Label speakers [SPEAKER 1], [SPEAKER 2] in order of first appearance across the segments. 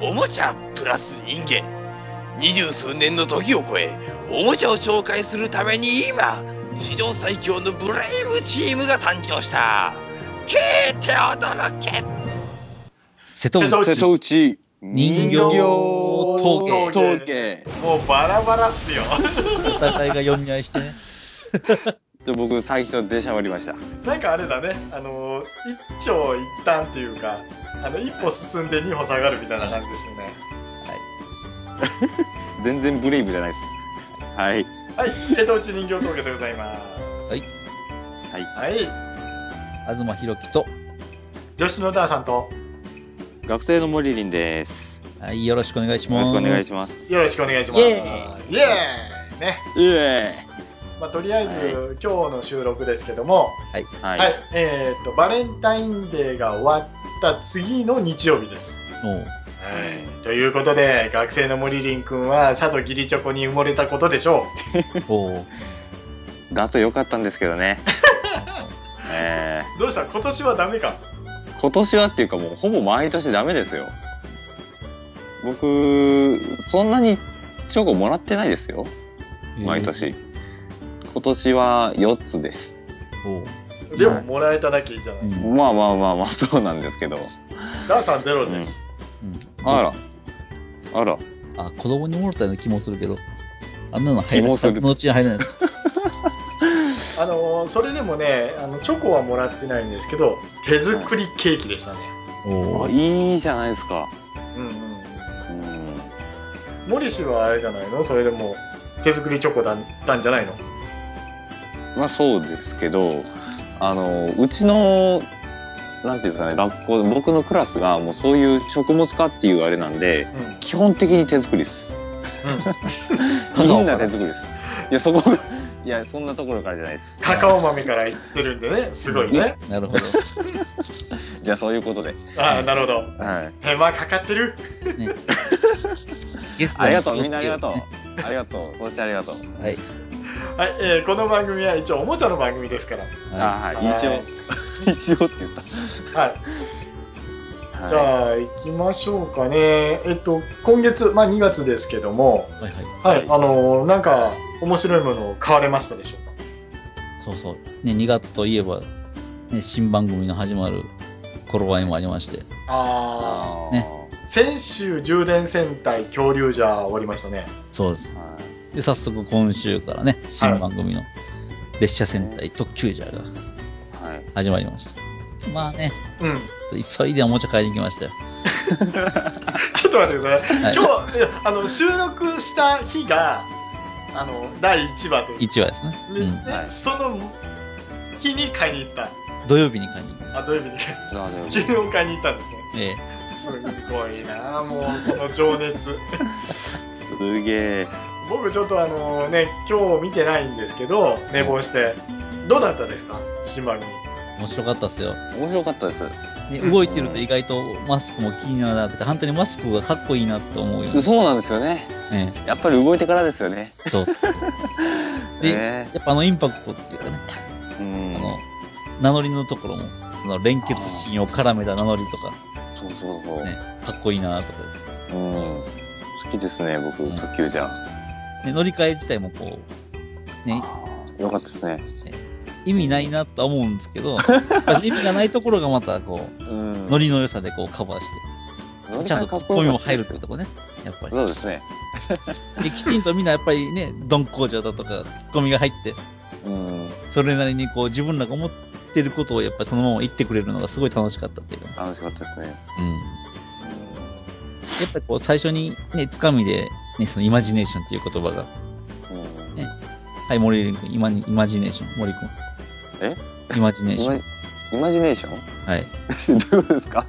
[SPEAKER 1] おもちゃプラス人間二十数年の時を超えおもちゃを紹介するために今史上最強のブレイブチームが誕生した聞いて驚け
[SPEAKER 2] 瀬戸内
[SPEAKER 3] 瀬戸内
[SPEAKER 2] 人形
[SPEAKER 3] 人形
[SPEAKER 4] 陶
[SPEAKER 3] 陶
[SPEAKER 4] 芸
[SPEAKER 3] 芸
[SPEAKER 4] もうバラバラっすよ
[SPEAKER 2] お互いが読み合いしてね
[SPEAKER 3] ちょ僕最初出しゃばりました
[SPEAKER 4] なんかあれだねあのー一長一短っていうかあの一歩進んで二歩下がるみたいな感じですよね
[SPEAKER 3] 全然ブレイブじゃないですはい
[SPEAKER 4] はい瀬戸内人形峠でございます
[SPEAKER 2] はい
[SPEAKER 3] はい
[SPEAKER 4] はい
[SPEAKER 2] 東博樹と
[SPEAKER 4] 女子のダーさんと
[SPEAKER 3] 学生のモリリンです
[SPEAKER 2] はいよろしくお願いします
[SPEAKER 3] よろしくお願いします
[SPEAKER 4] よろしくお願いします
[SPEAKER 2] イ
[SPEAKER 4] イ
[SPEAKER 2] エ
[SPEAKER 4] エーイね
[SPEAKER 3] イエ
[SPEAKER 4] まあ、とりあえず、
[SPEAKER 3] はい
[SPEAKER 4] 今日の収録ですけども、
[SPEAKER 3] ーイは、
[SPEAKER 4] はいいえー、とバレンタインデーが終わった次の日曜日です。
[SPEAKER 2] おう
[SPEAKER 4] はい、ということで学生の森林君は佐藤義理チョコに埋もれたことでしょ
[SPEAKER 2] おう
[SPEAKER 3] だと良かったんですけど ねえ
[SPEAKER 4] うどうした今年はダメか
[SPEAKER 3] ー今年はっていうかもうほぼ毎年ダメですよ僕そんなにチョコもらってないですよ毎年、今年は4つです
[SPEAKER 2] おう
[SPEAKER 4] でももらえただけじゃない、
[SPEAKER 2] うん
[SPEAKER 3] まあまあまあまあそうなんですけど
[SPEAKER 4] ダーさんゼロです、
[SPEAKER 2] うん
[SPEAKER 3] あらあら
[SPEAKER 2] あ子供にもろたような気もするけどあんなの入
[SPEAKER 3] 気
[SPEAKER 2] らない
[SPEAKER 3] もする
[SPEAKER 2] 二つのうちに入らないです
[SPEAKER 4] あのーそれでもねあのチョコはもらってないんですけど手作りケーキでしたね、
[SPEAKER 2] お
[SPEAKER 3] あ
[SPEAKER 2] う
[SPEAKER 3] いいじゃないですか
[SPEAKER 4] うんうん
[SPEAKER 3] うん
[SPEAKER 4] うんモリシはあれじゃないのそれでも手作りチョコだったんじゃないの
[SPEAKER 3] まあそうですけどあのうちのなんていうんですかね学校僕のクラスがもうそういう食物科っていうあれなんで
[SPEAKER 4] うん
[SPEAKER 3] 基本的に手作りです
[SPEAKER 4] うん
[SPEAKER 3] み
[SPEAKER 2] カカオ
[SPEAKER 3] んな手作りですいやそこいやそんなところからじゃないです
[SPEAKER 4] カカオ豆から言ってるんでね、すごいね。
[SPEAKER 2] なるほ
[SPEAKER 3] じゃあそういうことで、
[SPEAKER 4] ああ、なるほど。
[SPEAKER 3] はい、
[SPEAKER 4] 手間かかってる。
[SPEAKER 2] どねゲスト
[SPEAKER 3] あ
[SPEAKER 2] に
[SPEAKER 3] り
[SPEAKER 2] 気
[SPEAKER 3] が
[SPEAKER 2] をつけ
[SPEAKER 3] と
[SPEAKER 2] よ
[SPEAKER 3] うみんなありがとうありがとうそしてありがとう
[SPEAKER 2] はい
[SPEAKER 4] はい、えーこの番組は一応おもちゃの番組ですから。
[SPEAKER 2] は
[SPEAKER 3] あ
[SPEAKER 4] は
[SPEAKER 3] はい一応一応って言った
[SPEAKER 4] はい。
[SPEAKER 3] はい
[SPEAKER 4] じゃあ、行きましょうかね。えっと、今月、まあ2月ですけども、
[SPEAKER 2] いはいはい
[SPEAKER 4] はい、
[SPEAKER 3] はい
[SPEAKER 4] あのーなんか、面白いものを買われましたでしょうか
[SPEAKER 2] そうそう。ね、2月といえば、ね、新番組の始まる頃合いもありまして。
[SPEAKER 4] ああ。
[SPEAKER 3] あー
[SPEAKER 2] ね
[SPEAKER 4] 先週、充電戦隊恐竜じゃ終わりましたね。
[SPEAKER 2] そうです。
[SPEAKER 3] は
[SPEAKER 2] で、早速今週からね、新番組の列車戦隊特急ジャーが
[SPEAKER 3] いはい
[SPEAKER 2] 始まりました。まあね、
[SPEAKER 4] うん。
[SPEAKER 2] 急いでおもちゃ買いに行きましたよ。
[SPEAKER 4] ちょっと待ってください。
[SPEAKER 2] はい
[SPEAKER 4] 今日、いやあの、収録した日が、あの、第1話という
[SPEAKER 2] 1話ですね。
[SPEAKER 4] ねね
[SPEAKER 3] はい
[SPEAKER 4] その日に買いに行った
[SPEAKER 2] うん。土曜日に買いに行く。
[SPEAKER 4] あ土曜日に
[SPEAKER 3] じゃあでも
[SPEAKER 4] 昨日買いに行ったんですね
[SPEAKER 2] ええ
[SPEAKER 4] すごいなあも うその情熱
[SPEAKER 3] すげえ
[SPEAKER 4] 僕ちょっとあのね今日見てないんですけど寝坊してどうだったですか島に
[SPEAKER 2] 面白かったっすよ。
[SPEAKER 3] 面白かったです
[SPEAKER 2] ね、動いてると意外とマスクも気にならなくて、本当にマスクがかっこいいなって思うように。
[SPEAKER 3] そうなんですよね
[SPEAKER 2] え
[SPEAKER 3] やっぱり動いてからですよね
[SPEAKER 2] えそう。で、
[SPEAKER 3] ね
[SPEAKER 2] やっぱあのインパクトっていうかね、
[SPEAKER 3] うん
[SPEAKER 2] あの、名乗りのところも、その連結シーンを絡めた名乗りとか、
[SPEAKER 3] そうそうそう、
[SPEAKER 2] ね、かっこいいなとか、
[SPEAKER 3] うん好きですね僕
[SPEAKER 2] うん
[SPEAKER 3] 卓球じゃ、
[SPEAKER 2] ね、乗り換え自体もこう、ね、
[SPEAKER 3] よかったですね
[SPEAKER 2] 意味ないなとは思うんですけど、意味がないところがまたこう、
[SPEAKER 3] うん
[SPEAKER 2] 乗りの良さでこうカバーして、
[SPEAKER 3] 乗り
[SPEAKER 2] ちゃ
[SPEAKER 3] 換え
[SPEAKER 2] んと
[SPEAKER 3] か
[SPEAKER 2] ツ
[SPEAKER 3] っ
[SPEAKER 2] ッ
[SPEAKER 3] こ
[SPEAKER 2] コ
[SPEAKER 3] よか
[SPEAKER 2] ミも
[SPEAKER 3] った
[SPEAKER 2] 入
[SPEAKER 3] で
[SPEAKER 2] るっ
[SPEAKER 3] す
[SPEAKER 2] てとこね、やっぱり
[SPEAKER 3] そうですね
[SPEAKER 2] で。きちんとみんなやっぱ りね、ドン工場だとか、ツッコミが入って、
[SPEAKER 3] うん
[SPEAKER 2] それなりにこう自分らが思ってることをやっぱりそのまま言ってくれるのがすごい楽しかったっていうか、
[SPEAKER 3] 楽しかったですね
[SPEAKER 2] うん。やっぱりこう最初にね、つかみで、ね、そのイマジネーションっていう言葉が、
[SPEAKER 3] うん、うん
[SPEAKER 2] ねはい、森林君、イマイマジネーション、森君。
[SPEAKER 3] え
[SPEAKER 2] イマジネー
[SPEAKER 3] イ
[SPEAKER 2] ショ
[SPEAKER 3] マ
[SPEAKER 2] ン。
[SPEAKER 3] イマジネーション
[SPEAKER 2] はい。
[SPEAKER 3] どういうことですか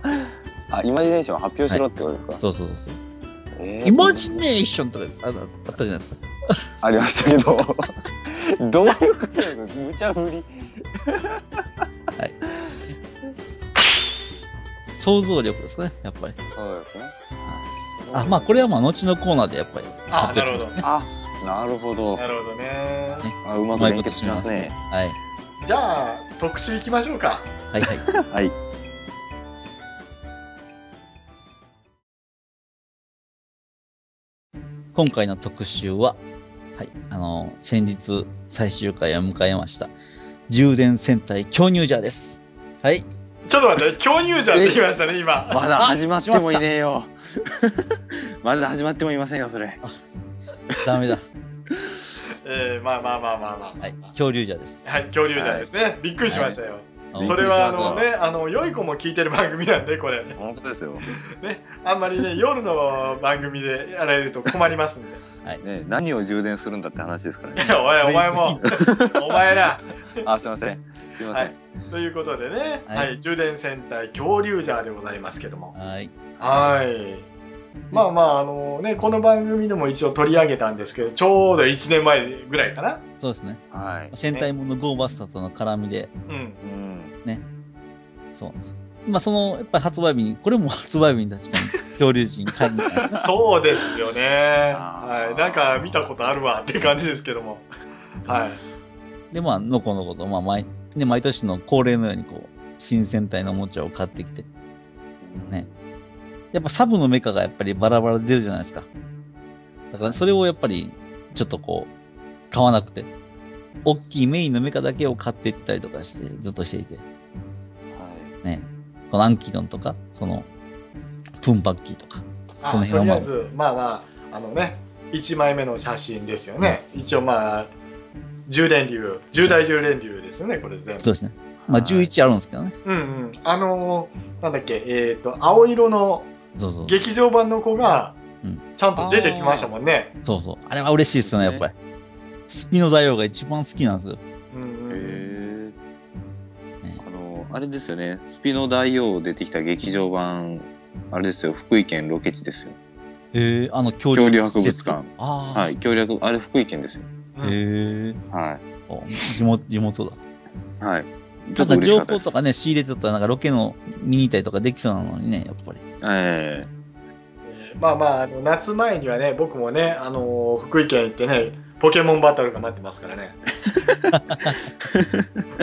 [SPEAKER 3] あイマジネーション発表しろってことですか、
[SPEAKER 2] そうそうそうそう。
[SPEAKER 3] えー
[SPEAKER 2] イマジネーションとかあのあったじゃないですか。
[SPEAKER 3] ありましたけどど ういうことなの無茶ぶり
[SPEAKER 2] 想像力ですね、やっぱり。
[SPEAKER 3] そうですね
[SPEAKER 2] あ、まあこれはまあ後のコーナーでやっぱり。
[SPEAKER 4] あなるほど
[SPEAKER 2] ね。
[SPEAKER 3] あなるほど
[SPEAKER 4] なるほどね
[SPEAKER 3] あうま
[SPEAKER 2] う
[SPEAKER 3] く
[SPEAKER 2] まい
[SPEAKER 3] 連
[SPEAKER 2] こと
[SPEAKER 3] 結
[SPEAKER 2] し
[SPEAKER 3] しま
[SPEAKER 2] ますすね
[SPEAKER 3] ね。
[SPEAKER 2] はい。
[SPEAKER 4] じゃあ特集いきましょうか
[SPEAKER 2] はいはい。
[SPEAKER 3] はい
[SPEAKER 2] 今回の特集は、はい、あの、先日最終回を迎えました、充電戦隊巨乳ジャーです。はい。
[SPEAKER 4] ちょっと待って、巨乳じゃんって言いましたね、今。
[SPEAKER 3] まだ始まってもいねえよ。 まだ始まってもいませんよ、それ。
[SPEAKER 2] ダ メだ。
[SPEAKER 4] えー、まあまあまあまあまあ。
[SPEAKER 2] はい。恐竜ジャーです。
[SPEAKER 4] はい、恐竜じゃないですね。びっくりしましたよ。
[SPEAKER 2] あの
[SPEAKER 4] それはあ
[SPEAKER 3] びっ
[SPEAKER 4] の
[SPEAKER 3] くり
[SPEAKER 4] ね、あの、良い子も聞いてる番組なんで、これ。
[SPEAKER 3] 本当ですよ。
[SPEAKER 4] ね、あんまりね、夜の番組でやられると困りますんで。
[SPEAKER 3] ね、何を充電するんだって話ですからね。
[SPEAKER 4] おい、お前も、お前ら。
[SPEAKER 3] あ、すいません。すいません。
[SPEAKER 4] はいということでね、
[SPEAKER 2] はい
[SPEAKER 4] はい、充電戦隊恐竜ジャーでございますけども。
[SPEAKER 2] はい。
[SPEAKER 4] はい。まあまあ、あのね、この番組でも一応取り上げたんですけど、ちょうど1年前ぐらいかな。
[SPEAKER 2] そうですね。
[SPEAKER 3] はい。
[SPEAKER 2] 戦隊ものゴーバスターとの絡みで、
[SPEAKER 4] うん。
[SPEAKER 3] うん。
[SPEAKER 2] そうなんです。まあ、その、やっぱり発売日に、これも発売日に確かに恐竜陣買いに行ったんです
[SPEAKER 4] そうですよね。
[SPEAKER 3] あー
[SPEAKER 4] はい。なんか見たことあるわって感じですけども。はい。
[SPEAKER 2] で、まあ、のこのこと、まあ、毎、ね、毎年の恒例のように、こう、新戦隊のおもちゃを買ってきて、ねやっぱサブのメカがやっぱりバラバラで出るじゃないですか。だからそれをやっぱり、ちょっとこう、買わなくて、大きいメインのメカだけを買っていったりとかして、ずっとしていて、
[SPEAKER 3] は
[SPEAKER 2] ね。このアンキドンとか、その、プンパッキーとか、その
[SPEAKER 4] あ
[SPEAKER 2] 辺
[SPEAKER 4] と
[SPEAKER 2] は
[SPEAKER 4] り
[SPEAKER 2] ま
[SPEAKER 4] あ
[SPEAKER 2] あ
[SPEAKER 4] えず、まあまあ、あのね、1枚目の写真ですよね。一応まあ、10連流、10大10連流ですよね、これ全部
[SPEAKER 2] そう。ですね。まあ、
[SPEAKER 3] はい
[SPEAKER 2] 11あるんですけどね。
[SPEAKER 4] うんうん。あのーなんだっけ、えっ、と、青色の
[SPEAKER 2] そうそう。
[SPEAKER 4] 劇場版の子が
[SPEAKER 2] うん、
[SPEAKER 4] ちゃんと出てきましたもんね。
[SPEAKER 2] そうそう。あれは嬉しいですよね、やっぱり。スピの大王が一番好きなんですよ。
[SPEAKER 4] うん
[SPEAKER 3] い。
[SPEAKER 4] うん。
[SPEAKER 3] えー
[SPEAKER 2] ね
[SPEAKER 3] あの、あれですよね。スピノ大王出てきた劇場版、あれですよ。福井県ロケ地ですよ。
[SPEAKER 2] へえ、あの、恐
[SPEAKER 3] 恐
[SPEAKER 2] 竜
[SPEAKER 3] 竜博物館。
[SPEAKER 2] ああ。
[SPEAKER 3] はい。恐竜博、あれ福井県ですよ。
[SPEAKER 4] う
[SPEAKER 2] へ
[SPEAKER 4] ん
[SPEAKER 2] え。
[SPEAKER 3] は
[SPEAKER 2] お地元、地元だ。
[SPEAKER 3] い。はい。ち
[SPEAKER 2] ち
[SPEAKER 3] ょ
[SPEAKER 2] ょ
[SPEAKER 3] っ
[SPEAKER 2] っ
[SPEAKER 3] と
[SPEAKER 2] と
[SPEAKER 3] 嬉し
[SPEAKER 2] 情
[SPEAKER 3] かったで
[SPEAKER 2] 報
[SPEAKER 3] す。
[SPEAKER 2] とかね、仕入れてたら、なんかロケの見に行ったりとかできそうなのにね、やっぱり。
[SPEAKER 3] え
[SPEAKER 4] えーまあまああの、夏前にはね、僕もね、あのー福井県行ってね、ポケモンバトルが待ってますから ね。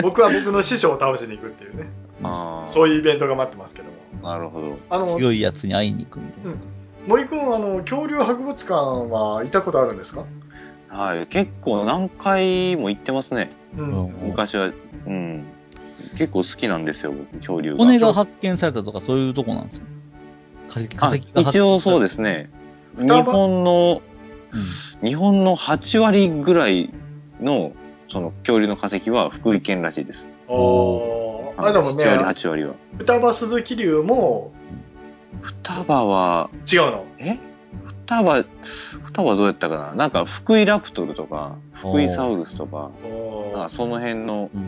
[SPEAKER 4] 僕は僕の師匠を倒しに行くっていうね、
[SPEAKER 3] えああ。
[SPEAKER 4] そういうイベントが待ってますけども。
[SPEAKER 3] なるほど。
[SPEAKER 4] あの、
[SPEAKER 2] 強いやつに会いに行くみたいな。
[SPEAKER 4] 森くん、あの、恐竜博物館は行ったことあるんですか
[SPEAKER 3] はい。結構何回も行ってますね。
[SPEAKER 4] うん。
[SPEAKER 2] うん
[SPEAKER 3] 昔は。うん。結構好きなんですよ、僕、恐竜が。
[SPEAKER 2] 骨が発見されたとか、そういうとこなんですか化石化
[SPEAKER 3] あ
[SPEAKER 2] 石が発
[SPEAKER 3] 一応そうですね。日
[SPEAKER 4] 双葉
[SPEAKER 3] 本の、日本の8割ぐらいの、その恐竜の化石は福井県らしいです。
[SPEAKER 4] おーあれだもんね
[SPEAKER 3] 7、割、8割は。
[SPEAKER 4] 双葉鈴木龍も
[SPEAKER 3] 双葉は、
[SPEAKER 4] 違うの。
[SPEAKER 3] え双葉、双葉どうやったかななんか福井ラプトルとか、福井サウルスとか、なん
[SPEAKER 4] お
[SPEAKER 3] かその辺の
[SPEAKER 2] うん。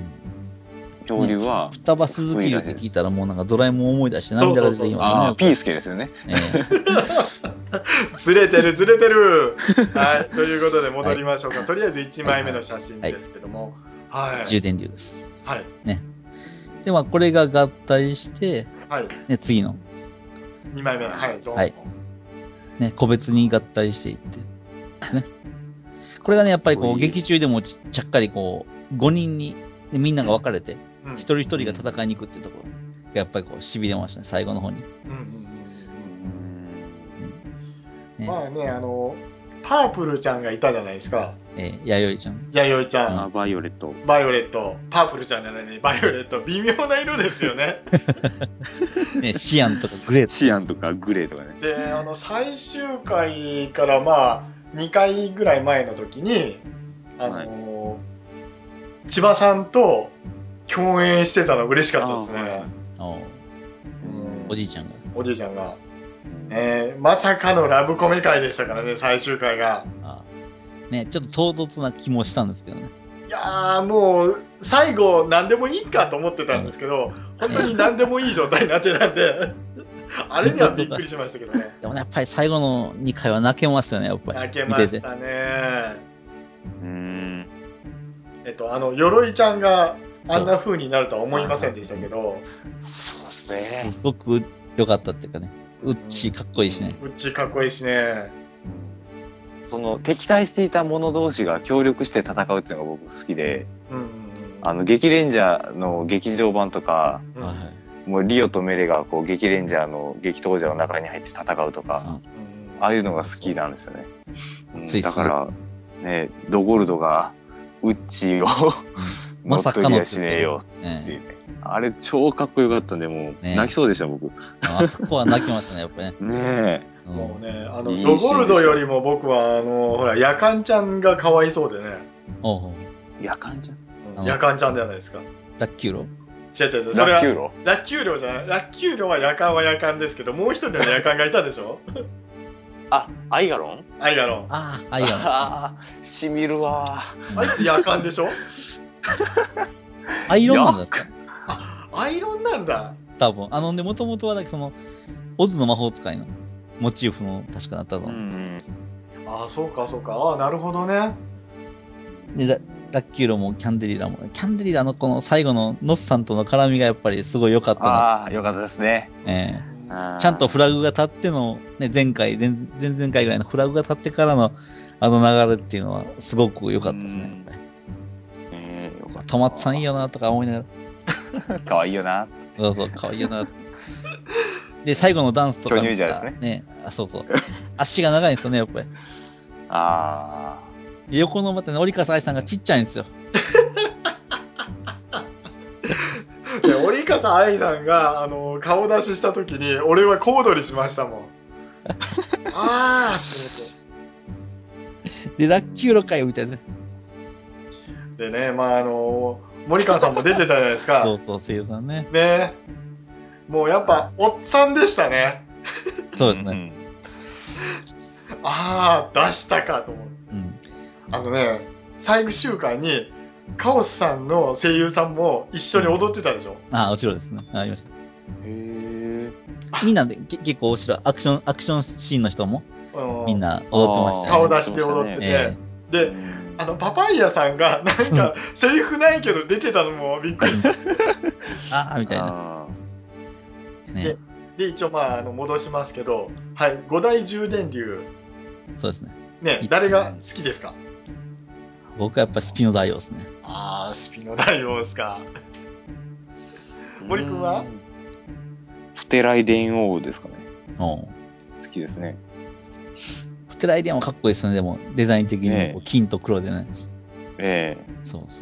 [SPEAKER 3] 恐竜は、
[SPEAKER 2] 双葉鈴木龍って聞いたら、もうなんかドラえもん思い出して涙が出てき
[SPEAKER 3] ああ、
[SPEAKER 2] ま
[SPEAKER 3] ピースケですよね。
[SPEAKER 2] すね。ええ
[SPEAKER 4] ずれてるずれてる はいということで戻りましょうか、とりあえず1枚目の写真ですけどもはいはい
[SPEAKER 2] 充電流です。
[SPEAKER 4] はい、
[SPEAKER 2] で、まあ、これが合体して、
[SPEAKER 4] はい、
[SPEAKER 2] ね、次の、
[SPEAKER 4] 2枚目はいどうも、
[SPEAKER 2] はいね、個別に合体していって、ですね。これがね、やっぱりこ
[SPEAKER 3] かっ
[SPEAKER 2] う、
[SPEAKER 3] こいい
[SPEAKER 2] 劇中でもちちゃっかりこう、5人に、でみんなが分かれて、
[SPEAKER 4] うん
[SPEAKER 2] 一人一人が戦いに行くっていうところがやっぱりこう痺れましたね最後の方に、
[SPEAKER 4] うんうんうん
[SPEAKER 2] ね
[SPEAKER 4] まあねあのパープルちゃんがいたじゃないですか
[SPEAKER 2] えー、弥生ちゃん
[SPEAKER 4] 弥生ちゃん、
[SPEAKER 3] あ、バイオレット。
[SPEAKER 4] バイオレットパープルちゃんじゃないねバイオレット微妙な色です よね
[SPEAKER 2] ねシアンとかグレート
[SPEAKER 3] シアンとかグレーとかね。
[SPEAKER 4] であの最終回からまあ2回ぐらい前の時にあの、千葉さんと共演してたの嬉しかったですね、
[SPEAKER 3] あはい
[SPEAKER 2] お
[SPEAKER 4] うん
[SPEAKER 2] おじいちゃんが
[SPEAKER 4] おじいちゃんが、ねまさかのラブコメ会でしたからね最終回が
[SPEAKER 2] あーねちょっと唐突な気もしたんですけどね
[SPEAKER 4] いやーもう最後何でもいいかと思ってたんですけど本当に何でもいい状態になってたんであれにはびっくりしましたけどね
[SPEAKER 2] でもねやっぱり最後の2回は泣けますよねやっぱり
[SPEAKER 4] 泣けまし
[SPEAKER 2] 見てて
[SPEAKER 4] たね
[SPEAKER 3] うん。
[SPEAKER 4] えっとあの鎧ちゃんがあんな風になるとは思いませんでしたけど
[SPEAKER 3] そうです
[SPEAKER 2] す。ごく良かったっていうかねウッチーかっこいいしね
[SPEAKER 4] うっちーかっこいいしね
[SPEAKER 3] その敵対していた者同士が協力して戦うっていうのが僕好きで、
[SPEAKER 4] うん
[SPEAKER 3] あの、劇レンジャーの劇場版とか、
[SPEAKER 4] うん
[SPEAKER 2] はいはい
[SPEAKER 3] もうリオとメレがこう劇レンジャーの激闘者の中に入って戦うとか、
[SPEAKER 4] うん
[SPEAKER 3] ああいうのが好きなんですよね。うん
[SPEAKER 2] つい
[SPEAKER 3] だから、ね、ドゴルドが、ウッチーを乗
[SPEAKER 2] ま
[SPEAKER 3] っ
[SPEAKER 2] さかの
[SPEAKER 3] 取りやしねえよ、つって、
[SPEAKER 2] え
[SPEAKER 3] あれ超かっこよかったんで、もう、
[SPEAKER 2] ね
[SPEAKER 3] 泣きそうでした、僕。ね
[SPEAKER 2] あそこは泣きましたね、やっぱね。
[SPEAKER 3] え。
[SPEAKER 2] うん
[SPEAKER 4] もうね、あ
[SPEAKER 3] いいシ
[SPEAKER 4] の、
[SPEAKER 3] ーン
[SPEAKER 4] ド
[SPEAKER 3] でした
[SPEAKER 4] ゴルドよりも僕は、あの、ほら、ヤカンちゃんが可哀想でね、
[SPEAKER 2] おうおう
[SPEAKER 3] いや、かんちゃん。
[SPEAKER 2] うん
[SPEAKER 4] ヤカンちゃんじゃないですか。
[SPEAKER 2] ラッキューロ
[SPEAKER 4] 違う違う、それ
[SPEAKER 3] ラッキュ
[SPEAKER 4] は、
[SPEAKER 3] ーロ
[SPEAKER 4] ラッキュー寮じゃない。ラッキュー寮はヤカンはヤカンですけど、もう一人のヤカンがいたでし ょ
[SPEAKER 3] あ、アイガロン
[SPEAKER 4] アイガロン。
[SPEAKER 2] ああ、あいや。
[SPEAKER 3] ああ、しみるわ。
[SPEAKER 4] あいつヤカンでしょ
[SPEAKER 2] アイロンなんですか
[SPEAKER 4] アイロンなんだ。
[SPEAKER 2] 多分。あのね、もともとは、だけどその、オズの魔法使いのモチーフの確かだったの。
[SPEAKER 3] うん。
[SPEAKER 4] ああ、そうかそうか。ああ、なるほどね。
[SPEAKER 2] でラ、ラッキューロもキャンデリラも、キャンデリラのこの最後のノスさんとの絡みがやっぱりすごい良かったな。
[SPEAKER 3] ああ、よかったですね。
[SPEAKER 2] ええ
[SPEAKER 3] あー
[SPEAKER 2] ちゃんとフラグが立っての、ね、前回、前前々回ぐらいのフラグが立ってからの、あの流れっていうのは、すごく良かったですね。
[SPEAKER 3] うん
[SPEAKER 2] やっぱり
[SPEAKER 3] ねえよかった。
[SPEAKER 2] トマツさんいいよなとか思いながら、
[SPEAKER 3] かわいいよな。
[SPEAKER 2] そうそう、可愛いよな。で、最後のダンスとか見たら。
[SPEAKER 3] 巨乳児ですね
[SPEAKER 2] ね。あ、そうそう。足が長いんですよね、やっぱり。
[SPEAKER 3] あ
[SPEAKER 2] で横のまたね、折笠愛さんがちっちゃいんですよ。
[SPEAKER 4] で折笠愛さんが、あの、顔出しした時に、俺は小躍りしましたもん。 ああって思って。
[SPEAKER 2] で、ラッキューロかよ、みたいな。
[SPEAKER 4] でね、まああの森川さんも出てたじゃないです
[SPEAKER 2] そ
[SPEAKER 4] か
[SPEAKER 2] う。そう、声優さんね。
[SPEAKER 4] ね、もうやっぱおっさんでしたね。
[SPEAKER 3] あ。
[SPEAKER 2] そうですね
[SPEAKER 3] ん。
[SPEAKER 4] ああ出したかと思って。
[SPEAKER 2] うん。
[SPEAKER 4] あのね、最終回にカオスさんの声優さんも一緒に踊ってたでしょ。
[SPEAKER 2] あ、お城ですね。あありまし
[SPEAKER 3] へ
[SPEAKER 2] た。みんなで、け結構お城、アクション、アクションシーンの人も、
[SPEAKER 4] う
[SPEAKER 2] みん。な踊ってました
[SPEAKER 4] 顔
[SPEAKER 2] よね。
[SPEAKER 4] 出して踊ってて、
[SPEAKER 2] え
[SPEAKER 4] で。あのパパイヤさんがなんかセリフないけど出てたのもびっく りした
[SPEAKER 2] えああ、みたいな。
[SPEAKER 3] な。
[SPEAKER 2] ね。
[SPEAKER 4] で一応まああの戻しますけど、はい五大十電流
[SPEAKER 2] そうですね。
[SPEAKER 4] ね
[SPEAKER 2] いつ
[SPEAKER 4] 誰が好きですか。
[SPEAKER 2] 僕はやっぱスピノ大王ですね。
[SPEAKER 4] ああスピノ大王ですか。森くんは
[SPEAKER 3] うプテライ伝王ですかね。
[SPEAKER 2] おう
[SPEAKER 3] 好きですね。
[SPEAKER 2] プテライデンはかっこいいですね、でも、デザイン的に
[SPEAKER 3] ね
[SPEAKER 2] も金と黒でね。
[SPEAKER 3] え
[SPEAKER 2] そうそう。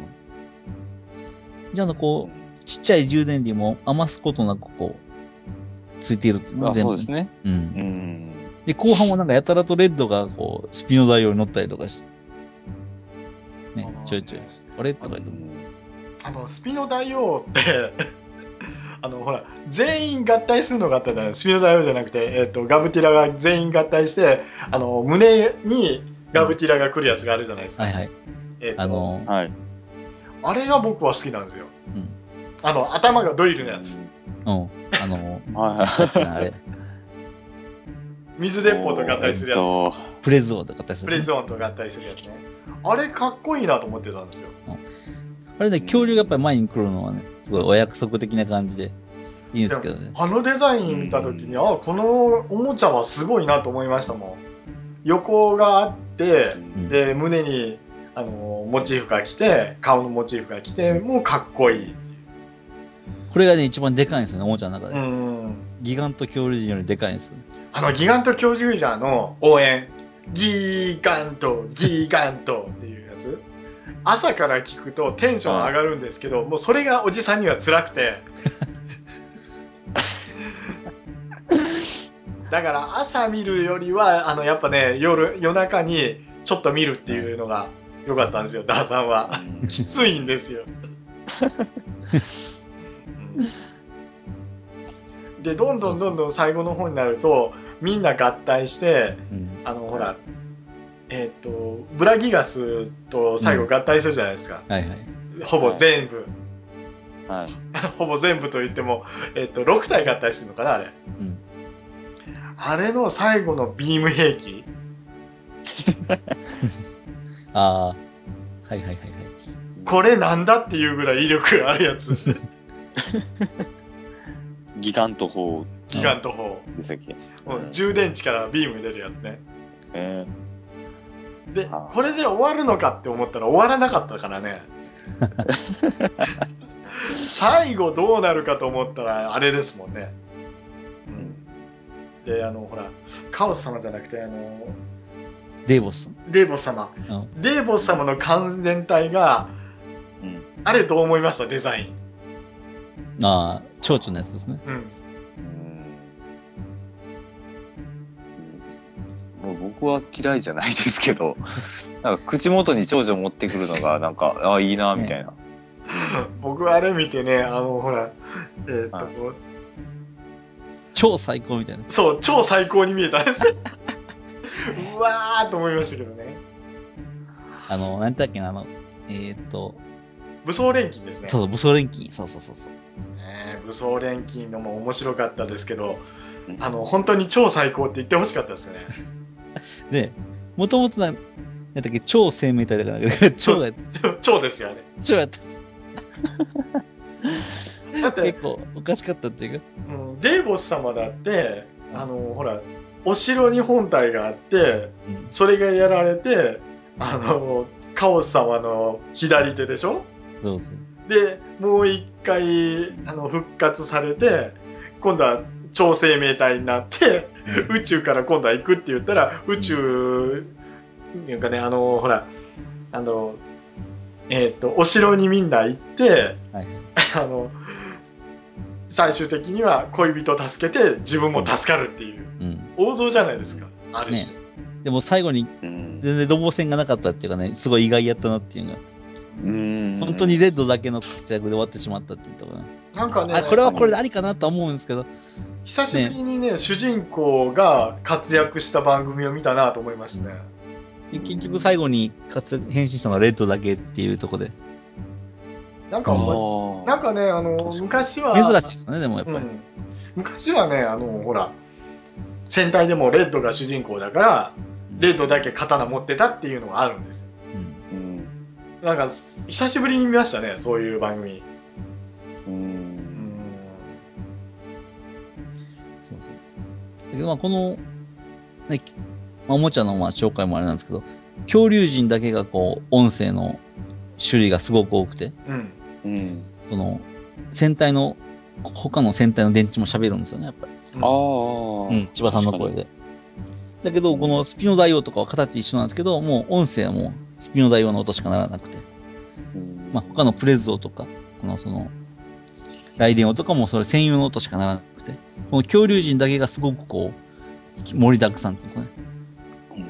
[SPEAKER 2] じゃあ、あの
[SPEAKER 3] え
[SPEAKER 2] こう、ちっちゃい充電器も余すことなくこう、ついているってい
[SPEAKER 3] あ、そうです
[SPEAKER 2] ね。
[SPEAKER 3] ね。
[SPEAKER 2] う。
[SPEAKER 3] うんん。
[SPEAKER 2] で、後半はなんかやたらとレッドがこう、スピノ大王に乗ったりとかして、ね
[SPEAKER 4] あ、ー
[SPEAKER 2] ちょいちょい。あれとか言って
[SPEAKER 4] あのスピノ大王って あのほら全員合体するのがあったじゃないスピノ大王じゃなくて、えっとガブティラが全員合体してあの胸にガブティラが来るやつがあるじゃないですか、
[SPEAKER 2] はいはい。
[SPEAKER 4] えっと
[SPEAKER 2] あの、
[SPEAKER 3] はい。
[SPEAKER 4] あれが僕は好きなんですよ、
[SPEAKER 2] うん
[SPEAKER 4] あの頭がドリルのやつ
[SPEAKER 2] うん。あの、
[SPEAKER 3] はいはい。
[SPEAKER 2] なんていうのあれ、
[SPEAKER 4] 水鉄砲と合体するやつ、
[SPEAKER 3] えっと
[SPEAKER 2] プレズ王とかあったりす
[SPEAKER 4] プ
[SPEAKER 2] る
[SPEAKER 4] レ
[SPEAKER 2] ね、
[SPEAKER 4] ズオンと合体するやつねあれかっこいいなと思ってたんですよ
[SPEAKER 2] あれね、恐竜がやっぱり前に来るのはね、すごいお約束的な感じで、いいんですけどね。
[SPEAKER 4] あのデザイン見た時に、あこのおもちゃはすごいなと思いましたもん横があって、
[SPEAKER 2] うん
[SPEAKER 4] で胸にあのモチーフが来て顔のモチーフが来てもうかっこいい
[SPEAKER 2] これがね、一番でかいんですよね、おもちゃの中
[SPEAKER 4] う
[SPEAKER 2] で。
[SPEAKER 4] ん
[SPEAKER 2] ギガント恐竜人よりでかいんですよね。
[SPEAKER 4] あのギガント恐竜ジャーの応援ギーガントギーガント っていうやつ朝から聞くとテンション上がるんですけど、もうそれがおじさんには辛くてだから朝見るよりはあのやっぱね夜夜中にちょっと見るっていうのが良かったんですよダーさんは。きついんです よ。でどんどんどんどん最後の方になるとみんな合体して
[SPEAKER 2] うん。
[SPEAKER 4] あのほらえっ、とブラギガスと最後合体するじゃないですか、
[SPEAKER 2] はいはい。
[SPEAKER 4] ほぼ全部、
[SPEAKER 3] はい。
[SPEAKER 4] ほぼ全部と言っても、えっと6体合体するのかなあれ、
[SPEAKER 2] ん
[SPEAKER 4] あれの最後のビーム兵器
[SPEAKER 2] ああ。はいはいはいはい。
[SPEAKER 4] これなんだっていうぐらい威力あるや つ
[SPEAKER 3] ギガント砲
[SPEAKER 4] ギガント砲、
[SPEAKER 3] でしたっけ
[SPEAKER 4] うん、充電池からビーム出るやつね
[SPEAKER 3] え
[SPEAKER 4] で
[SPEAKER 3] はあ
[SPEAKER 4] これで終わるのかって思ったら終わらなかったから ね最後どうなるかと思ったらあれですもんね、
[SPEAKER 3] ん
[SPEAKER 4] であのほらカオス様じゃなくてあの
[SPEAKER 2] デーボス。
[SPEAKER 4] デーボス様、
[SPEAKER 2] う
[SPEAKER 4] デーボス様の完全体が、
[SPEAKER 3] うん
[SPEAKER 4] あれどう思いましたデザイン、
[SPEAKER 2] ああ、蝶々のやつですね。
[SPEAKER 4] うん、
[SPEAKER 3] うんうん僕は嫌いじゃないですけど、 なんか口元に長女持ってくるのが、なんか、ああ、いいな、みたいな。
[SPEAKER 4] 僕はあれ見てねあのほら、えーっと
[SPEAKER 3] は
[SPEAKER 2] 超最高みたいな。
[SPEAKER 4] そう超最高に見えたんです うわーと思いましたけどね
[SPEAKER 2] あの、なんだっけな、あの、えーっと、
[SPEAKER 4] 武装錬金ですね
[SPEAKER 2] そう、武装錬金。そうそうそうそう。
[SPEAKER 4] ね武装錬金のも面白かったですけど
[SPEAKER 3] うん
[SPEAKER 4] あの本当に超最高って言ってほしかったですね
[SPEAKER 2] で、もともとな、なんだっけ、超生命体だから、 超や、
[SPEAKER 4] 超超ですよあれ
[SPEAKER 2] 超やったんです。
[SPEAKER 4] だって
[SPEAKER 2] 結構、おかしかったっていうか。
[SPEAKER 4] うんデーボス様だってあのほらお城に本体があって
[SPEAKER 2] うん
[SPEAKER 4] それがやられてあのカオス様の左手でしょ
[SPEAKER 2] そうそう。
[SPEAKER 4] でもう一回あの復活されて今度は超生命体になって宇宙から今度は行くって言ったら宇宙っていうかねあのほらあのえっ、とお城にみんな行って
[SPEAKER 2] はい。
[SPEAKER 4] あの最終的には恋人助けて自分も助かるっていう
[SPEAKER 2] うん。
[SPEAKER 4] 王道じゃないですかある種、
[SPEAKER 2] ねでも最後に
[SPEAKER 3] うん
[SPEAKER 2] 全然ロボ戦がなかったっていうかね、すごい意外やったなっていうのが、
[SPEAKER 3] うん
[SPEAKER 2] 本当にレッドだけの活躍で終わってしまったっていうところね。
[SPEAKER 4] なんかね
[SPEAKER 2] あ、これはこれでありかなとは思うんですけど、
[SPEAKER 4] 久しぶりにね主人公が活躍した番組を見たなと思いましたね、
[SPEAKER 2] 結局最後に活躍変身したのはレッドだけっていうところで、
[SPEAKER 4] なんか
[SPEAKER 3] あ
[SPEAKER 4] 思い
[SPEAKER 3] ー
[SPEAKER 4] なんかねあの昔は
[SPEAKER 2] 珍しいですね、でもやっぱ
[SPEAKER 4] う
[SPEAKER 2] り。
[SPEAKER 4] ん、昔はねあのほら戦隊でもレッドが主人公だからレッドだけ刀持ってたっていうのがあるんですよ
[SPEAKER 2] うん
[SPEAKER 3] うん
[SPEAKER 4] なんか久しぶりに見ましたねそういう番組
[SPEAKER 3] う
[SPEAKER 4] うんん
[SPEAKER 2] そうそう。だけど、まあ、この、ね、きまあおもちゃのまあ紹介もあれなんですけど、恐竜人だけがこう、音声の種類がすごく多くて、
[SPEAKER 4] うん
[SPEAKER 3] うん
[SPEAKER 2] その、戦隊の、他の戦隊の電池も喋るんですよね、やっぱり。
[SPEAKER 4] うん
[SPEAKER 3] ああ、
[SPEAKER 2] うん、千葉さんの声で。だけど、このスピノ大王とかは形一緒なんですけど、もう音声はもうスピノ大王の音しかならなくて、
[SPEAKER 3] うん
[SPEAKER 2] まあ、他のプレズオとか、このその、ライデンオとかもそれ専用の音しかならなくて、この恐竜人だけがすごくこう、盛りだくさんっていうかね、
[SPEAKER 3] う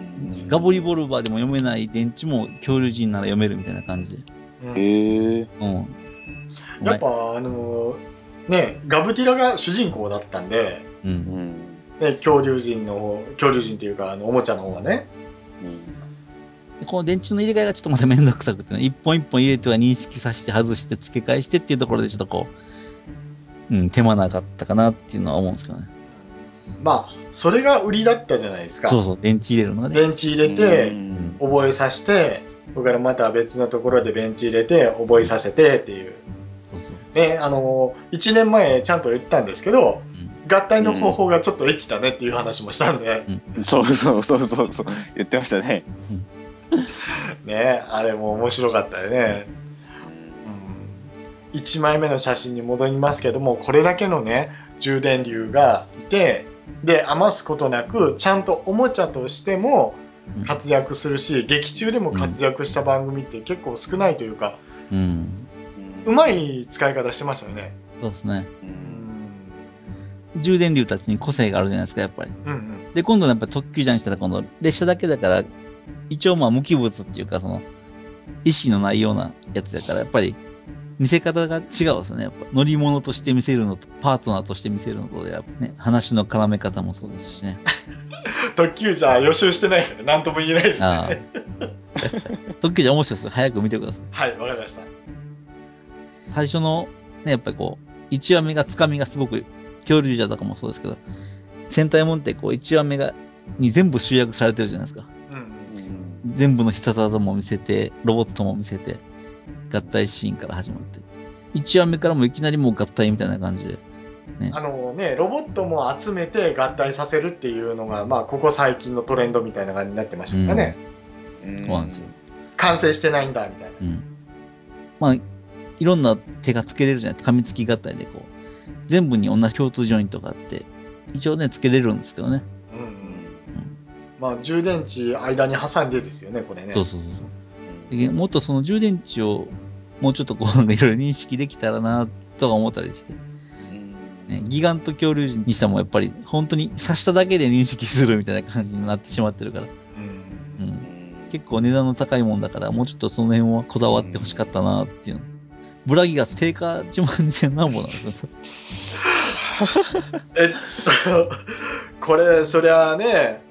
[SPEAKER 3] ん
[SPEAKER 2] ガボリボルバーでも読めない電池も恐竜人なら読めるみたいな感じで。
[SPEAKER 4] うん
[SPEAKER 3] へえ
[SPEAKER 2] うん。
[SPEAKER 4] やっぱあのねガブティラが主人公だったんで、
[SPEAKER 2] う。
[SPEAKER 3] うんん
[SPEAKER 4] ね、恐竜人の方恐竜人っていうかあのおもちゃの方はね
[SPEAKER 3] うん
[SPEAKER 2] でこの電池の入れ替えがちょっとまためんどくさくてね、一本一本入れては認識させて外して付け替えしてっていうところでちょっとこう、うん、手間なかったかなっていうのは思うんですけどね。
[SPEAKER 4] まあそれが売りだったじゃないですか
[SPEAKER 2] そうそう、電池入れるのがね。
[SPEAKER 4] 電池入れて、
[SPEAKER 3] うん
[SPEAKER 4] 覚えさせてそれからまた別のところでベンチ入れて覚えさせてっていう、
[SPEAKER 2] そうそう。
[SPEAKER 4] ね、あの1年前ちゃんと言ったんですけど
[SPEAKER 2] うん。
[SPEAKER 4] 合体の方法がちょっとエッチだねっていう話もしたんで、
[SPEAKER 3] そうそうそうそうそう言ってましたね
[SPEAKER 4] ね、あれも面白かったよね、うん、1枚目の写真に戻りますけどもこれだけのね充電流がいてで余すことなくちゃんとおもちゃとしても活躍するし劇中でも活躍した番組って結構少ないというか
[SPEAKER 2] うん。
[SPEAKER 4] うまい使い方してましたよね。
[SPEAKER 2] そうですね。
[SPEAKER 3] う
[SPEAKER 4] うんん
[SPEAKER 2] 充電流たちに個性があるじゃないですか、やっぱり。
[SPEAKER 4] うん
[SPEAKER 2] で、今度やっぱ特急じゃんしたら今度列車だけだから、一応まあ無機物っていうかその、意識のないようなやつだから、やっぱり見せ方が違うんですよね。やっぱ乗り物として見せるのと、パートナーとして見せるのとで、やっぱね、話の絡め方もそうですしね。
[SPEAKER 4] 特急じゃ予習してないから何とも言えないですね。
[SPEAKER 2] あ あ。特急じゃ面白いです。早く見てください。
[SPEAKER 4] はい、わかりました。
[SPEAKER 2] 最初の、ね、やっぱりこう、一話目がつかみがすごく、恐竜じゃとかもそうですけど、戦隊もんってこう、一話目が、に全部集約されてるじゃないですか。
[SPEAKER 4] うん、
[SPEAKER 2] 全部の必殺技も見せて、ロボットも見せて、合体シーンから始まって。1話目からもいきなりもう合体みたいな感じで。
[SPEAKER 4] あのね、ロボットも集めて合体させるっていうのが、まあ、ここ最近のトレンドみたいな感じになってましたからね、
[SPEAKER 3] うん
[SPEAKER 2] そうなんですよ。
[SPEAKER 4] 完成してないんだみたい
[SPEAKER 2] うん。まあ、いろんな手がつけれるじゃない噛みつき合体でこう、全部に同じ共通ジョイントがあって、一応ね、つけれるんですけどね。
[SPEAKER 4] うんまあ、充電池間に挟んでですよね、これね。
[SPEAKER 2] そうそうそうそうで。もっとその充電池を、もうちょっとこう、なんかいろいろ認識できたらな、とか思ったりして。ね、ギガント恐竜人にしてもやっぱり、本当に刺しただけで認識するみたいな感じになってしまってるから。
[SPEAKER 4] うん
[SPEAKER 2] うん。結構値段の高いもんだから、もうちょっとその辺はこだわってほしかったな、っていうの。ブラギが定価1万2000何本なんですよ。
[SPEAKER 4] えっと、 これ、そりゃね、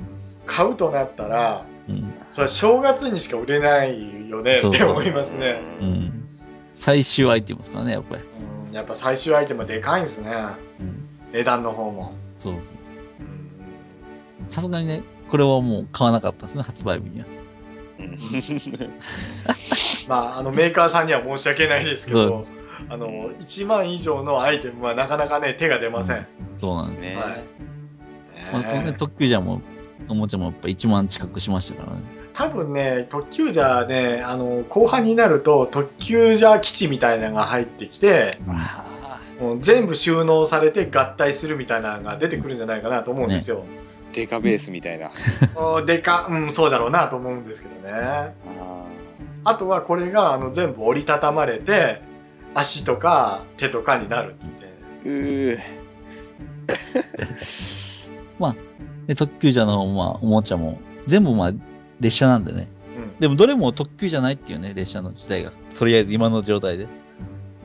[SPEAKER 4] 買うとなったら、
[SPEAKER 2] うん。
[SPEAKER 4] それ正月にしか売れないよね
[SPEAKER 2] そう
[SPEAKER 4] って思いますね。
[SPEAKER 2] うん。最終アイテムですからね、やっぱり。
[SPEAKER 4] うんやっぱ最終アイテムはでかいんですね。
[SPEAKER 2] うん。
[SPEAKER 4] 値段の方も。
[SPEAKER 2] そう。
[SPEAKER 4] うん
[SPEAKER 2] さすがにね、これはもう買わなかったですね、発売日には。
[SPEAKER 4] まあ、あのメーカーさんには申し訳ないですけ
[SPEAKER 2] そう
[SPEAKER 4] ど、あの1万以上のアイテムはなかなかね、手が出ません。
[SPEAKER 2] そうなんで
[SPEAKER 3] ね
[SPEAKER 2] す。
[SPEAKER 4] はい
[SPEAKER 2] まあ、このね、
[SPEAKER 4] ね
[SPEAKER 2] 特急じゃもう、おもちゃもやっぱ1万近くしましたからね。
[SPEAKER 4] 多分ね、特急じゃね、あの後半になると特急じゃ基地みたいなのが入ってきて、
[SPEAKER 1] あ
[SPEAKER 4] もう全部収納されて合体するみたいなのが出てくるんじゃないかなと思うんですよ。
[SPEAKER 3] デカベースみたいな。
[SPEAKER 4] おでか、うん、そうだろうなと思うんですけどね。
[SPEAKER 3] あ
[SPEAKER 4] あとはこれがあの全部折りたたまれて、足とか手とかになるって。
[SPEAKER 3] ーうー
[SPEAKER 2] で、特急じゃの、まあ、おもちゃも、全部まあ、列車なんでね。
[SPEAKER 4] うん
[SPEAKER 2] でも、どれも特急じゃないっていうね、列車の自体が。とりあえず今の状態で。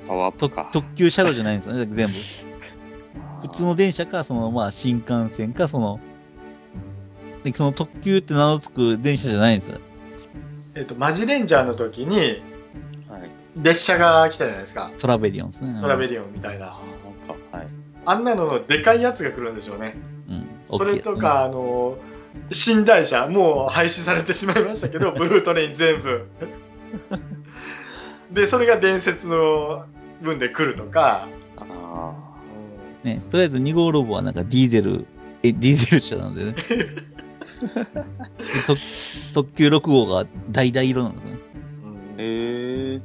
[SPEAKER 3] パワーアップ
[SPEAKER 2] 特
[SPEAKER 3] か。
[SPEAKER 2] 特急車両じゃないんですよね、全部。普通の電車か、その、まあ、新幹線か、その、で、その特急って名の付く電車じゃないんですよ。
[SPEAKER 4] えっと、マジレンジャーの時に
[SPEAKER 3] はい。
[SPEAKER 4] 列車が来たじゃないですか。
[SPEAKER 2] トラベリオンですね。
[SPEAKER 4] トラベリオンみたいな
[SPEAKER 3] あ。ーなんか、はい。
[SPEAKER 4] あんなののでかいやつが来るんでしょうね。
[SPEAKER 2] うん。
[SPEAKER 4] そ
[SPEAKER 2] OK
[SPEAKER 4] れと
[SPEAKER 2] ですね
[SPEAKER 4] か、あの、寝台車、もう廃止されてしまいましたけ ど、ブルートレイン全部。で、それが伝説の分で来るとか、
[SPEAKER 3] あ
[SPEAKER 2] ね、とりあえず2号ロボはなんかディーゼル、え、ディーゼル車なん でね。で特特急6号が橙色なんですね。
[SPEAKER 3] ーえー。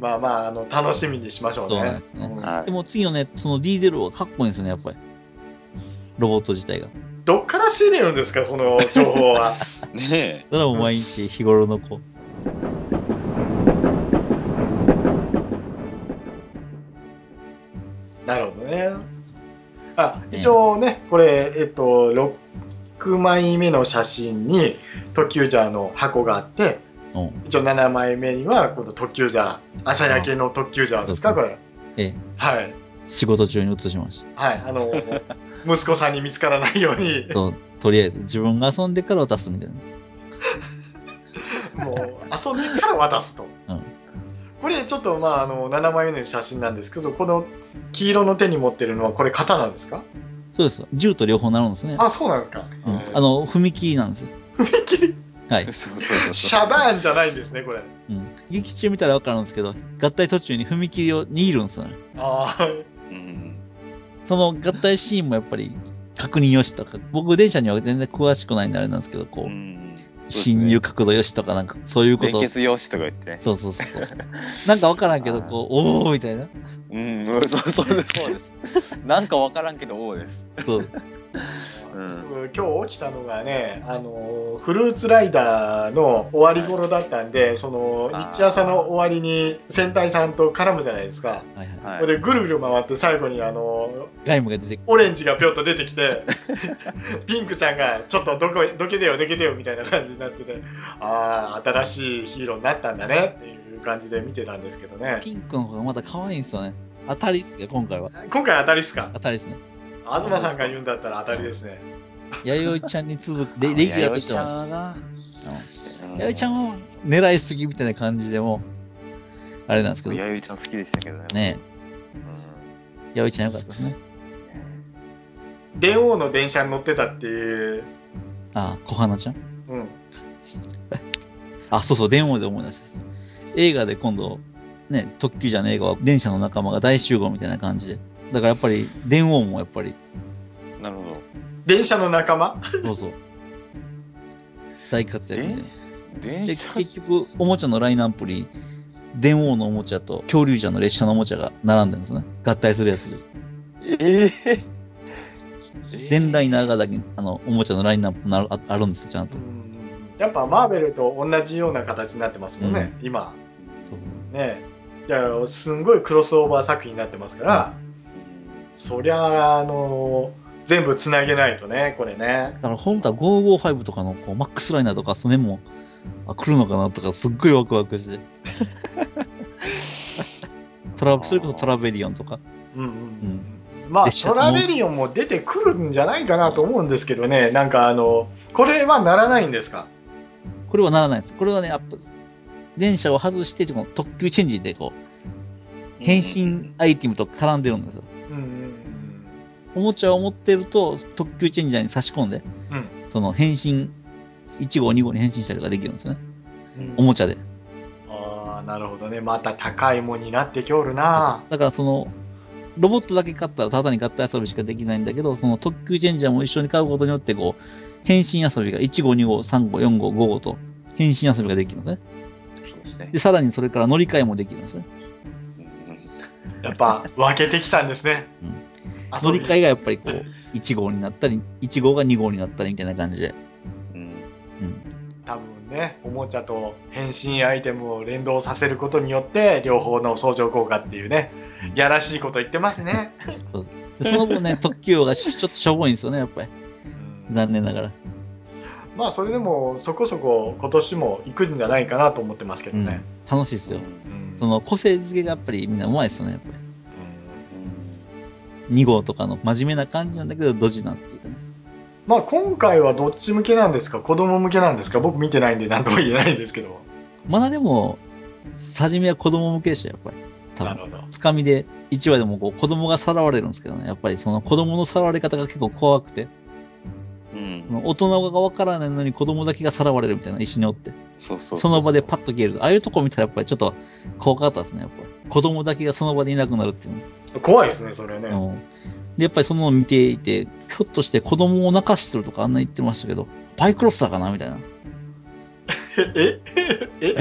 [SPEAKER 4] まあまあ、あの、楽しみにしましょうね。
[SPEAKER 2] そうなんですね
[SPEAKER 4] ん
[SPEAKER 3] は
[SPEAKER 2] でも次のね、そのディーゼルはかっこいいんですよね、やっぱり。ロボット自体が。
[SPEAKER 4] どっから仕入れるんですか、その情報は。
[SPEAKER 3] い。ね
[SPEAKER 2] それはもう毎日日頃のこう。
[SPEAKER 4] なるほどね。あ、一応ね、これ、えっと、6枚目の写真に、特急ジャーの箱があって、
[SPEAKER 2] うん。
[SPEAKER 4] 一応7枚目には、この特急ジャー、朝焼けの特急ジャーですか、
[SPEAKER 2] うん
[SPEAKER 4] これ。
[SPEAKER 2] ええ
[SPEAKER 4] はい。
[SPEAKER 2] 仕事中に移しまし
[SPEAKER 4] はい。あの、息子さんに見つからないよ うに
[SPEAKER 2] た。、そう。とりあえず自分が遊んでから渡すみたいな。
[SPEAKER 4] もう、遊んでから渡すと。
[SPEAKER 2] うん
[SPEAKER 4] これ、ちょっと、まあ、あの、7枚目の写真なんですけど、この黄色の手に持ってるのは、これ、型なんですか
[SPEAKER 2] そうです。銃と両方なるんですね。
[SPEAKER 4] あ、そうなんですか。
[SPEAKER 2] うん
[SPEAKER 4] えー
[SPEAKER 2] あの、踏切なんですよ。はい
[SPEAKER 3] え。。 そうそうそう。
[SPEAKER 4] シャバーンじゃないんですね、これ。
[SPEAKER 2] うん。劇中見たらわかるんですけど、合体途中に踏切を握るんですよね。
[SPEAKER 4] ああ、
[SPEAKER 3] うん。
[SPEAKER 2] その合体シーンもやっぱり確認よしとか、僕電車には全然詳しくないんであれなんですけど、こう、
[SPEAKER 3] うん。
[SPEAKER 2] 侵入角度よしとかなんか、そういうこ
[SPEAKER 3] 連
[SPEAKER 2] と。
[SPEAKER 3] 結用紙とか言ってね。
[SPEAKER 2] そうそうそうそう。 なんかわからんけど、
[SPEAKER 3] あー
[SPEAKER 2] こう、おーみたいな。
[SPEAKER 3] うん、そうそうです。そうです。なんかわからんけど、王です。
[SPEAKER 2] そう。
[SPEAKER 3] うん。
[SPEAKER 4] 今日起きたのがね、あのーフルーツライダーの終わり頃だったんで、その
[SPEAKER 3] あー
[SPEAKER 4] 日朝の終わりに戦隊さんと絡むじゃないですか。
[SPEAKER 2] はいは い。
[SPEAKER 3] は
[SPEAKER 4] それでぐるぐる回って最後にあのー
[SPEAKER 2] 外務が出てくる。
[SPEAKER 4] オレンジがぴょっと出てきてピンクちゃんがちょっとどこどけてよどけてよみたいな感じになっててああ新しいヒーローになったんだねっていう感じで見てたんですけどね
[SPEAKER 2] ピンクの方がまた可愛いんですよね。当たりっすよ、今回は。
[SPEAKER 4] 今回当たりっすか
[SPEAKER 2] 当たりですね。
[SPEAKER 4] 東さんが言うんだったら当たりですね
[SPEAKER 2] 弥生ちゃんに続く、
[SPEAKER 3] い。
[SPEAKER 2] レレギュラーとして
[SPEAKER 3] あ
[SPEAKER 2] は。
[SPEAKER 3] 弥生ちゃんはな。
[SPEAKER 2] 弥生ちゃんは狙いすぎみたいな感じでもう、あれなんですけど、
[SPEAKER 3] 弥生ちゃん好きでしたけどね。
[SPEAKER 2] ね
[SPEAKER 3] うん。
[SPEAKER 2] 弥生ちゃんよかったですね。
[SPEAKER 4] 電王の電車に乗ってたっていう、
[SPEAKER 2] ああ、小花ちゃん
[SPEAKER 4] うん、
[SPEAKER 2] あ、そうそう、電話で思い出したんですよ。映画で今度、ね、特急じゃねえ映画は電車の仲間が大集合みたいな感じで。だからやっぱり、電王もやっぱり、
[SPEAKER 3] なるほど。
[SPEAKER 4] 電車の仲間
[SPEAKER 2] そ うそう。大活躍で。
[SPEAKER 3] 電
[SPEAKER 2] で、
[SPEAKER 3] 車
[SPEAKER 2] 結局、おもちゃのラインナップに、電王のおもちゃと恐竜じゃの列車のおもちゃが並んでるんですね。合体するやつで。
[SPEAKER 3] ええ
[SPEAKER 2] 全ライナーがだけ、あの、おもちゃのラインナップなああるんですよ、ちゃんと
[SPEAKER 4] う。んやっぱマーベルと同じような形になってますもんね、今
[SPEAKER 2] そう
[SPEAKER 4] ねいやすんごいクロスオーバー作品になってますから、そりゃあ、あの全部つなげないとねこれね
[SPEAKER 2] だから本当は555とかのこうマックスライナーとかその辺もあ来るのかなとかすっごいワクワクして トラそれこそトラベリオンとか
[SPEAKER 4] うんうんうんまあ
[SPEAKER 2] でしょ
[SPEAKER 4] トラベリオンも出てくるんじゃないかなと思うんですけどねなんかあのこれはならないんですか
[SPEAKER 2] これはならないですこれはねアップ電車を外してこの特急チェンジでこう変身アイテムと絡んでるんですよ
[SPEAKER 4] うんうん
[SPEAKER 2] おもちゃを持ってると特急チェンジャーに差し込んで、
[SPEAKER 4] うん
[SPEAKER 2] その変身1号2号に変身したりとかできるんですよね
[SPEAKER 4] うん
[SPEAKER 2] おもちゃで
[SPEAKER 4] ああなるほどねまた高いもんになってきおるな
[SPEAKER 2] だからその、ロボットだけ買ったらただに合体遊びしかできないんだけど、その特急チェンジャーも一緒に買うことによって、こう、変身遊びが1号、2号、3号、4号、5号と変身遊びができるんですね。
[SPEAKER 3] そうですね
[SPEAKER 2] で、。さらにそれから乗り換えもできるんですね。
[SPEAKER 4] やっぱ分けてきたんですね、
[SPEAKER 2] う
[SPEAKER 4] 遊
[SPEAKER 2] 乗り
[SPEAKER 4] び
[SPEAKER 2] 換えがやっぱりこう、1号になったり、1号が2号になったりみたいな感じで。
[SPEAKER 3] うん
[SPEAKER 2] うん。
[SPEAKER 4] 多分ねおもちゃと変身アイテムを連動させることによって両方の相乗効果っていうねやらしいこと言ってま すね、
[SPEAKER 2] でその 分ね、特急王がしちょっとしょぼいんですよね、やっぱり。残念ながら。
[SPEAKER 4] まあそれでもそこそこ今年も行くんじゃないかなと思ってますけど
[SPEAKER 2] うん
[SPEAKER 4] ね、。
[SPEAKER 2] 楽しいですよ。
[SPEAKER 4] うん
[SPEAKER 2] その個性付けがやっぱりみんなうまいですよね、やっぱり。
[SPEAKER 4] うん
[SPEAKER 2] 2号とかの真面目な感じなんだけど、ドジなっていうかね。
[SPEAKER 4] まあ今回はどっち向けなんですか子供向けなんですか僕見てないんで何とも言えないんですけど
[SPEAKER 2] まだでも、初めは子供向けでしたよ、やっぱり。多
[SPEAKER 4] な
[SPEAKER 2] 分
[SPEAKER 4] る。ほど
[SPEAKER 2] つかみで、1話でもこう子供がさらわれるんですけどね。やっぱりその子供のさらわれ方が結構怖くて、
[SPEAKER 3] うん
[SPEAKER 2] その大人がわからないのに子供だけがさらわれるみたいな一緒におって、
[SPEAKER 3] そうそうう
[SPEAKER 2] その場でパッと消える。ああいうとこ見たらやっぱりちょっと怖かったですね、やっぱり。子供だけがその場でいなくなるっていう
[SPEAKER 4] 怖いですねそれね、
[SPEAKER 2] の。うんで、やっぱりそのを見ていて、ひょっとして子供を泣かしてるとかあんな言ってましたけど、パイクロスターかなみ たいな。
[SPEAKER 4] ええ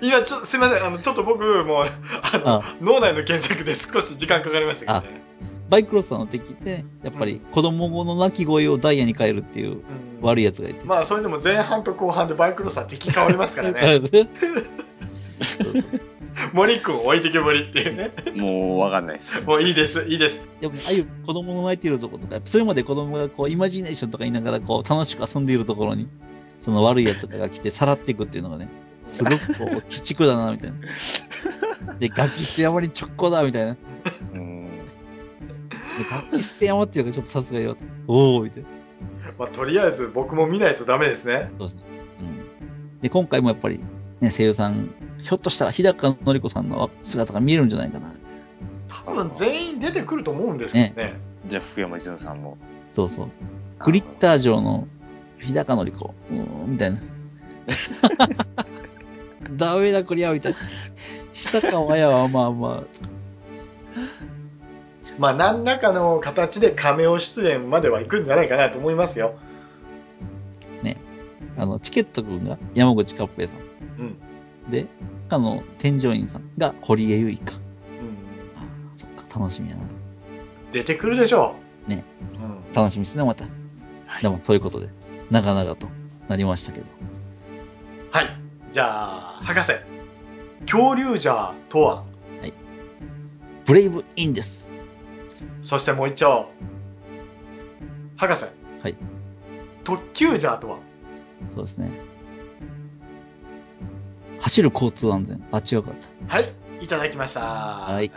[SPEAKER 4] 今、今ちょすみません、あのちょっと僕、もうあの
[SPEAKER 2] あ
[SPEAKER 4] 脳内の検索で少し時間かかりましたけどね。
[SPEAKER 2] バイクロスターの敵って、やっぱり子供の泣き声をダイヤに変えるっていう
[SPEAKER 4] うん
[SPEAKER 2] 悪い奴がいて。
[SPEAKER 4] まあ、それでも前半と後半でバイクロスは敵変わりますからね、
[SPEAKER 2] そうそう
[SPEAKER 4] 森君置いてけぼりっていうね、
[SPEAKER 3] もうわかんないです。
[SPEAKER 4] もういいです、いいです。
[SPEAKER 2] でも、ああいう子供の泣いているところとか、それまで子供がこう、イマジネーションとか言いながら、こう、楽しく遊んでいるところに、その悪い奴らが来て、さらっていくっていうのがね、すごくこう、鬼畜だな、みたいな。で、ガキ捨て山に直行だ、みたいな。で、
[SPEAKER 3] うん
[SPEAKER 2] ガキ捨て山っていうのがちょっとさすがよ。おー、みたいな。
[SPEAKER 4] まあ、とりあえず僕も見ないとダメですね。
[SPEAKER 2] そうですね。うん。で、今回もやっぱり、ね、声優さん、ひょっとしたら日高のり子さんの姿が見えるんじゃないかな。
[SPEAKER 4] 多分全員出てくると思うんですけどね。
[SPEAKER 3] じゃあ福山潤さんも。
[SPEAKER 2] そうそう。グリッター城の日高のり子、うーん、み たいな。ダメだ、こりゃ、みたいな。久川綾はまあまあ、
[SPEAKER 4] まあ、何らかの形で亀を出演までは行くんじゃないかなと思いますよ。
[SPEAKER 2] あの、チケット君が山口カッペイさん。
[SPEAKER 4] うん。
[SPEAKER 2] で、あの、添乗員さんが堀江由衣か。
[SPEAKER 4] うん、
[SPEAKER 2] あーそっか、楽しみやな。
[SPEAKER 4] 出てくるでしょう。
[SPEAKER 2] ね
[SPEAKER 4] うん
[SPEAKER 2] 楽しみですね、また。でも、そういうことで、長々となりましたけど。
[SPEAKER 4] はい。じゃあ、博士。恐竜ジャーとは
[SPEAKER 2] ブレイブインです。
[SPEAKER 4] そしてもう一丁。博士。
[SPEAKER 2] はい。
[SPEAKER 4] 特急ジャーとは
[SPEAKER 2] そうですね。走る交通安全。あ、違うかった。
[SPEAKER 4] はい。いただきました。
[SPEAKER 2] はい